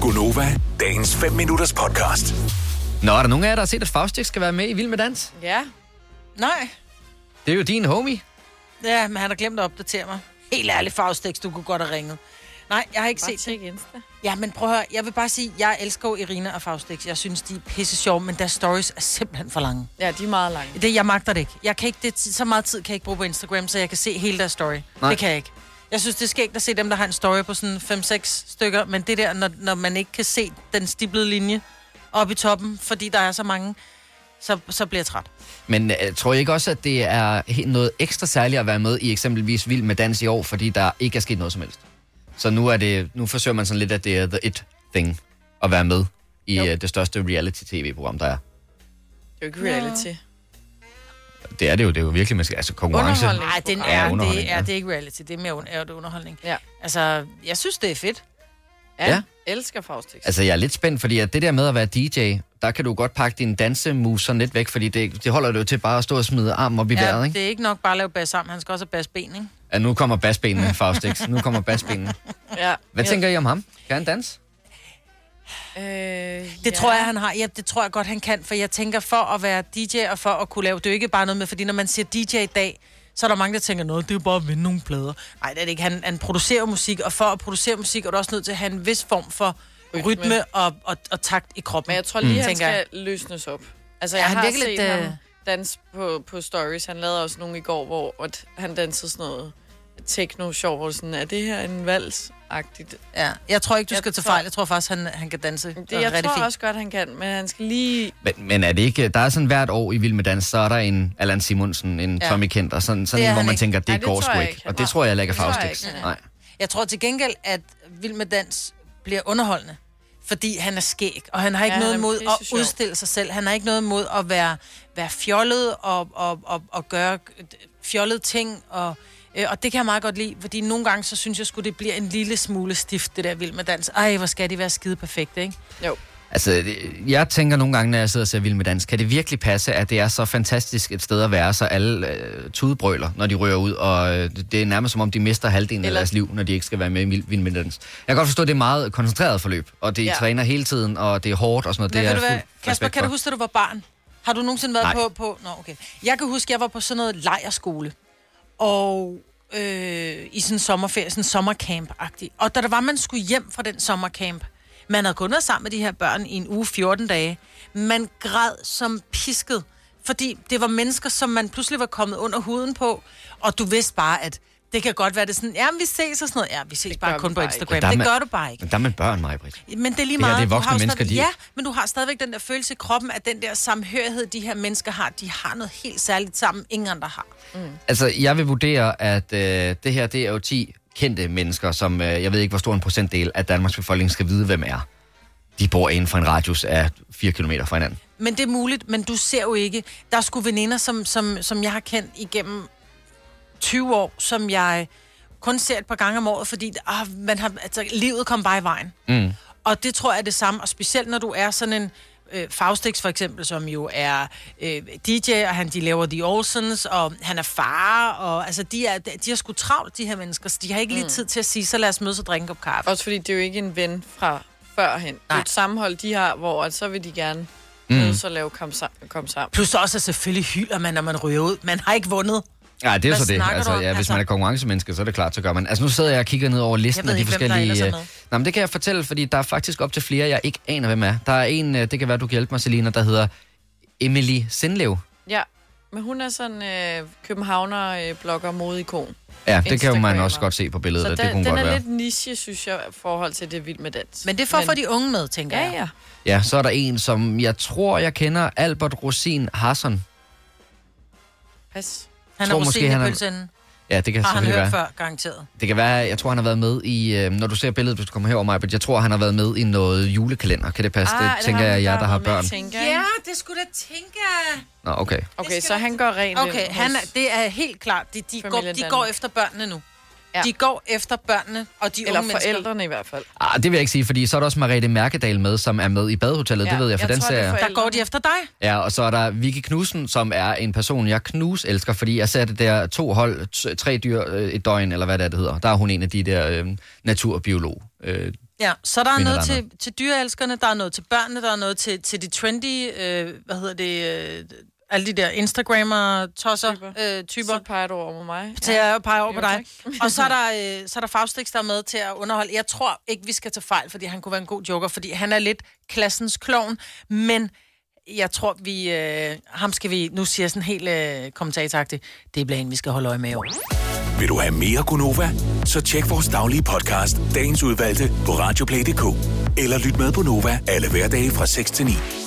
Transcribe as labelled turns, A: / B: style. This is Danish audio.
A: Gunova, dagens 5 minutters podcast.
B: Nå, er der nogen af jer, der har set, at Faustix skal være med i Vild Med Dans?
C: Ja. Nej.
B: Det er jo din homie.
C: Ja, men han har glemt at opdatere mig. Helt ærligt, Faustix, du kunne godt have ringet. Nej, jeg har ikke set det.
D: tjek Insta.
C: Ja, men prøv at høre, jeg vil bare sige, jeg elsker jo Irina og Faustix. Jeg synes, de er pisse sjove, men deres stories er simpelthen for lange.
D: Ja, de er meget lange.
C: Det, jeg magter det ikke. Jeg kan ikke det, så meget tid kan jeg ikke bruge på Instagram, så jeg kan se hele deres story.
B: Nej.
C: Nej. Det kan jeg ikke. Jeg synes, det er skægt at se dem, der har en story på sådan 5-6 stykker, men det der, når, når man ikke kan se den stiplede linje oppe i toppen, fordi der er så mange, så, så bliver jeg træt.
B: Men øh, tror I ikke også, at det er he- noget ekstra særligt at være med i eksempelvis Vild Med Dans i år, fordi der ikke er sket noget som helst? Så nu, er det, nu forsøger man sådan lidt, at det er the it thing at være med i øh, det største reality-tv-program, der er.
D: Det er jo ikke reality.
B: Det er det jo, det er jo virkelig, man skal, altså konkurrence.
D: Underholdning.
C: Nej, den
B: Ja,
C: er,
B: underholdning,
C: det, er,
B: ja.
C: det er ikke reality. Det er mere un- er det underholdning.
D: Ja.
C: Altså, jeg synes, det er fedt.
D: Ja.
B: Ja.
D: ja. Elsker Faustix.
B: Altså, jeg er lidt spændt, fordi at det der med at være DJ, der kan du godt pakke dine dansemuser lidt væk, fordi det, det holder du jo til bare at stå og smide armen op i ja, vejret,
C: Ja,
B: ikke?
C: det er ikke nok bare at lave bas sammen. Han skal også have basben, ikke?
B: Ja, nu kommer basbenene, Faustix. Nu kommer basbenene.
D: Ja.
B: Hvad tænker I om ham? Kan han danse?
D: Øh,
C: Det ja. tror jeg, han har. Ja, det tror jeg godt, han kan, for jeg tænker, for at være DJ og for at kunne lave... Det er jo ikke bare noget med, fordi når man siger DJ i dag, så er der mange, der tænker, noget, det er jo bare at vinde nogle plader. Nej, det er det ikke. Han, han producerer musik, og for at producere musik, er du også nødt til at have en vis form for rytme, rytme og, og, og, takt i kroppen.
D: Men jeg tror lige, mm. han
C: Tænker
D: skal løsnes op. Altså,
C: Ja,
D: jeg
C: han
D: har
C: virker
D: set
C: lidt, øh,
D: ham danse på, på stories. Han lavede også nogle i går, hvor at han dansede sådan noget techno-sjov, hvor sådan, er det her en vals-agtigt?
C: ja. jeg tror ikke, du
D: Jeg
C: skal tage
D: tror-
C: fejl. Jeg tror faktisk, han, han kan danse.
D: Det, jeg
C: rigtig
D: tror
C: fint.
D: også godt, han kan, men han skal lige...
B: Men, men er det ikke... Der er sådan hvert år i Vild Med Dans, så er der en Allan Simonsen, en ja.
C: Ja.
B: Tommy Kent, og sådan, sådan
C: Det er
B: en, hvor
C: han
B: man
C: ikke.
B: tænker, det,
D: Nej,
B: det
D: det
B: går
D: tror
B: sgu
D: jeg
B: ikke.
D: ikke.
B: Og det tror jeg heller ikke er
D: Det tror jeg
B: Faustix.
D: ikke.
B: Nej.
C: Jeg tror til gengæld, at Vild med Dans bliver underholdende, fordi han er skæg, og han har ikke
D: Ja,
C: ja, noget
D: han er
C: imod
D: pisse
C: at
D: sjov.
C: udstille sig selv. Han har ikke noget imod at være, være fjollet og, og, og, og gøre øh, fjollede ting. Og, øh, og det kan jeg meget godt lide, fordi nogle gange, så synes jeg sgu, det bliver en lille smule stift, det der Vild med Dans. Ej, hvor skal de være skide perfekte, ikke?
D: Jo.
B: Altså, det- jeg tænker nogle gange, når jeg sidder og ser Vild Med Dans, kan det virkelig passe, at det er så fantastisk et sted at være, så alle øh, tudebrøler, når de rører ud, og øh, det- det er nærmest som om, de mister halvdelen Eller...
D: Eller-
B: af deres liv, når de ikke skal være med i Vild Vild Med Dans. Jeg kan godt forstå, at det er meget koncentreret forløb, og det ja.
D: Ja.
B: træner hele tiden, og det er hårdt og sådan noget.
C: Men
B: det
C: ved
B: er
C: du hvad,
B: fuld
C: Kasper,
B: respekt
C: kan du
B: for.
C: huske, at du var barn? Har du nogensinde været
B: Nej.
C: på, på... Nå, okay. Jeg kan huske, at jeg var på sådan noget lejerskole. Og øh, i sådan en sommerferie, sådan en sommercamp-agtig. Og da der var, man skulle hjem fra den sommercamp, man havde kun været sammen med de her børn i en uge 14 dage. Man græd som pisket, fordi det var mennesker, som man pludselig var kommet under huden på. Og du vidste bare, at det kan godt være, det er sådan, ja, men vi ses og sådan noget. Ja, vi ses
D: gør
C: bare
D: vi
C: kun på
D: bare
C: Instagram.
B: Der er
C: Det
B: man-
C: gør du bare ikke.
B: Men der er man børn, mig, Britt.
C: Men det er lige
B: Det her,
C: meget.
B: det er
C: Du har
B: voksne
C: jo
B: mennesker, de-
C: stadig... Ja, men du har stadigvæk den der følelse i kroppen, at den der samhørighed, de her mennesker har, de har noget helt særligt sammen, ingen andre har.
B: Altså, jeg vil vurdere, at øh, det her, det er jo 10 kendte mennesker, som øh, jeg ved ikke, hvor stor en procentdel af Danmarks befolkning skal vide, hvem er. De bor inden for en radius af 4 km fra hinanden.
C: Men det er muligt, men du ser jo ikke. Der er sgu veninder, som, som, som jeg har kendt igennem 20 år, som jeg kun ser et par gange om året, fordi ah, man har, altså, livet kom bare i vejen. Mm. Og det tror jeg er det samme, og specielt når du er sådan en øh, Faustix for eksempel, som jo er øh, DJ, og han de laver The Olsens, og han er far, og altså de, er, de har sgu travlt, de her mennesker, så de har ikke lige tid til at sige, så lad os mødes Mm. og drikke en kop kaffe.
D: Også fordi det er jo ikke en ven fra førhen. Det er
C: Nej.
D: et sammenhold, de har, hvor at så vil de gerne mm. mødes og lave kom, sa- kom sammen.
C: Plus også selvfølgelig hylder man, når man ryger ud. Man har ikke vundet.
B: Ja, det er jo
C: Hvad
B: så det.
C: snakker
B: Altså,
C: du om?
B: ja, hvis
C: Altså-
B: man er konkurrencemenneske, så er det klart, så gør man. Altså, nu sidder jeg og kigger ned over listen
C: Jeg ved
B: af de
C: ikke, hvem der
B: forskellige...
C: ellers er
B: øh,
C: med.
B: Nå, men det kan jeg fortælle, fordi der er faktisk op til flere, jeg ikke aner, hvem er. Der er en, øh, det kan være, du kan hjælpe mig, Selina, der hedder Emily Sindlev.
D: Ja, men hun er sådan øh, københavner-blogger modikon.
B: Ja, det kan jo man
D: Instagrammer.
B: også godt se på billedet,
D: Så
B: og
D: den,
B: det kunne hun
D: den
B: godt
D: er
B: være.
D: lidt niche, synes jeg, i forhold til det vild med dans.
C: Men det er for at få de unge med, tænker
D: Ja,
C: jeg.
D: ja.
B: Ja, så er der en, som jeg tror, jeg kender, Albert Rosin Hassan.
D: Pas.
C: Han
B: Tror
C: er
B: måske,
C: rosin i
B: han Altså, er-
C: pølseenden.
B: Ja, det kan
C: Har han
B: selvfølgelig
C: hørt
B: være.
C: før, garanteret.
B: Det kan være, jeg tror, han har været med i, øh, når du ser billedet, hvis du kommer herover mig, men jeg tror, han har været med i noget julekalender. Kan det passe? Ah, det,
D: er
B: tænker
D: ham,
B: jeg, jer, der
D: været
B: har
D: med,
B: børn.
D: tænker jeg.
C: Ja, det skulle da tænke.
B: Nå, okay.
D: Okay, så han går rent
C: Okay,
D: ind
C: han er,
D: hos-
C: det er helt klart. De, de, går,
D: Familien
C: de går
D: Danmark.
C: efter børnene nu.
D: Ja.
C: De går efter børnene og de
D: Eller
C: unge mennesker.
D: forældrene i hvert fald.
B: Ah, det vil jeg ikke sige, fordi så er der også Mariette Mærkedal med, som er med i badehotellet. Ja,
D: Ja,
B: det ved jeg, for
D: jeg
B: den
D: tror,
B: ser
D: det er
B: jeg.
D: for-
C: Der går de efter dig.
B: Ja, og så er der Vicky Knudsen, som er en person, jeg knus elsker, fordi jeg ser det der to hold, t- tre dyr øh, et døgn, eller hvad det er, det hedder. Der er hun en af de der øh, naturbiolog. Øh,
C: Ja, så der er
B: Kvinder,
C: noget
B: der er
C: til, til dyreelskerne, der er noget til børnene, der er noget til, til de trendy, øh, hvad hedder det, øh, alle de der Instagrammer, tosser,
D: Typer.
C: øh, typer.
D: Så peger du over mod mig.
C: Så jeg peger over på
D: Jo,
C: dig. Og så er der, øh, så er der Faustix, der er med til at underholde. Jeg tror ikke, vi skal tage fejl, fordi han kunne være en god joker, fordi han er lidt klassens klovn, men jeg tror, vi... Øh, ham skal vi... Nu siger jeg sådan helt øh, kommentatoragtigt. Det er blandt andet, vi skal holde øje med i år.
A: Vil du have mere Gunova? Så tjek vores daglige podcast, dagens udvalgte, på radioplay.dk. Eller lyt med på Nova alle hverdage fra 6 til 9.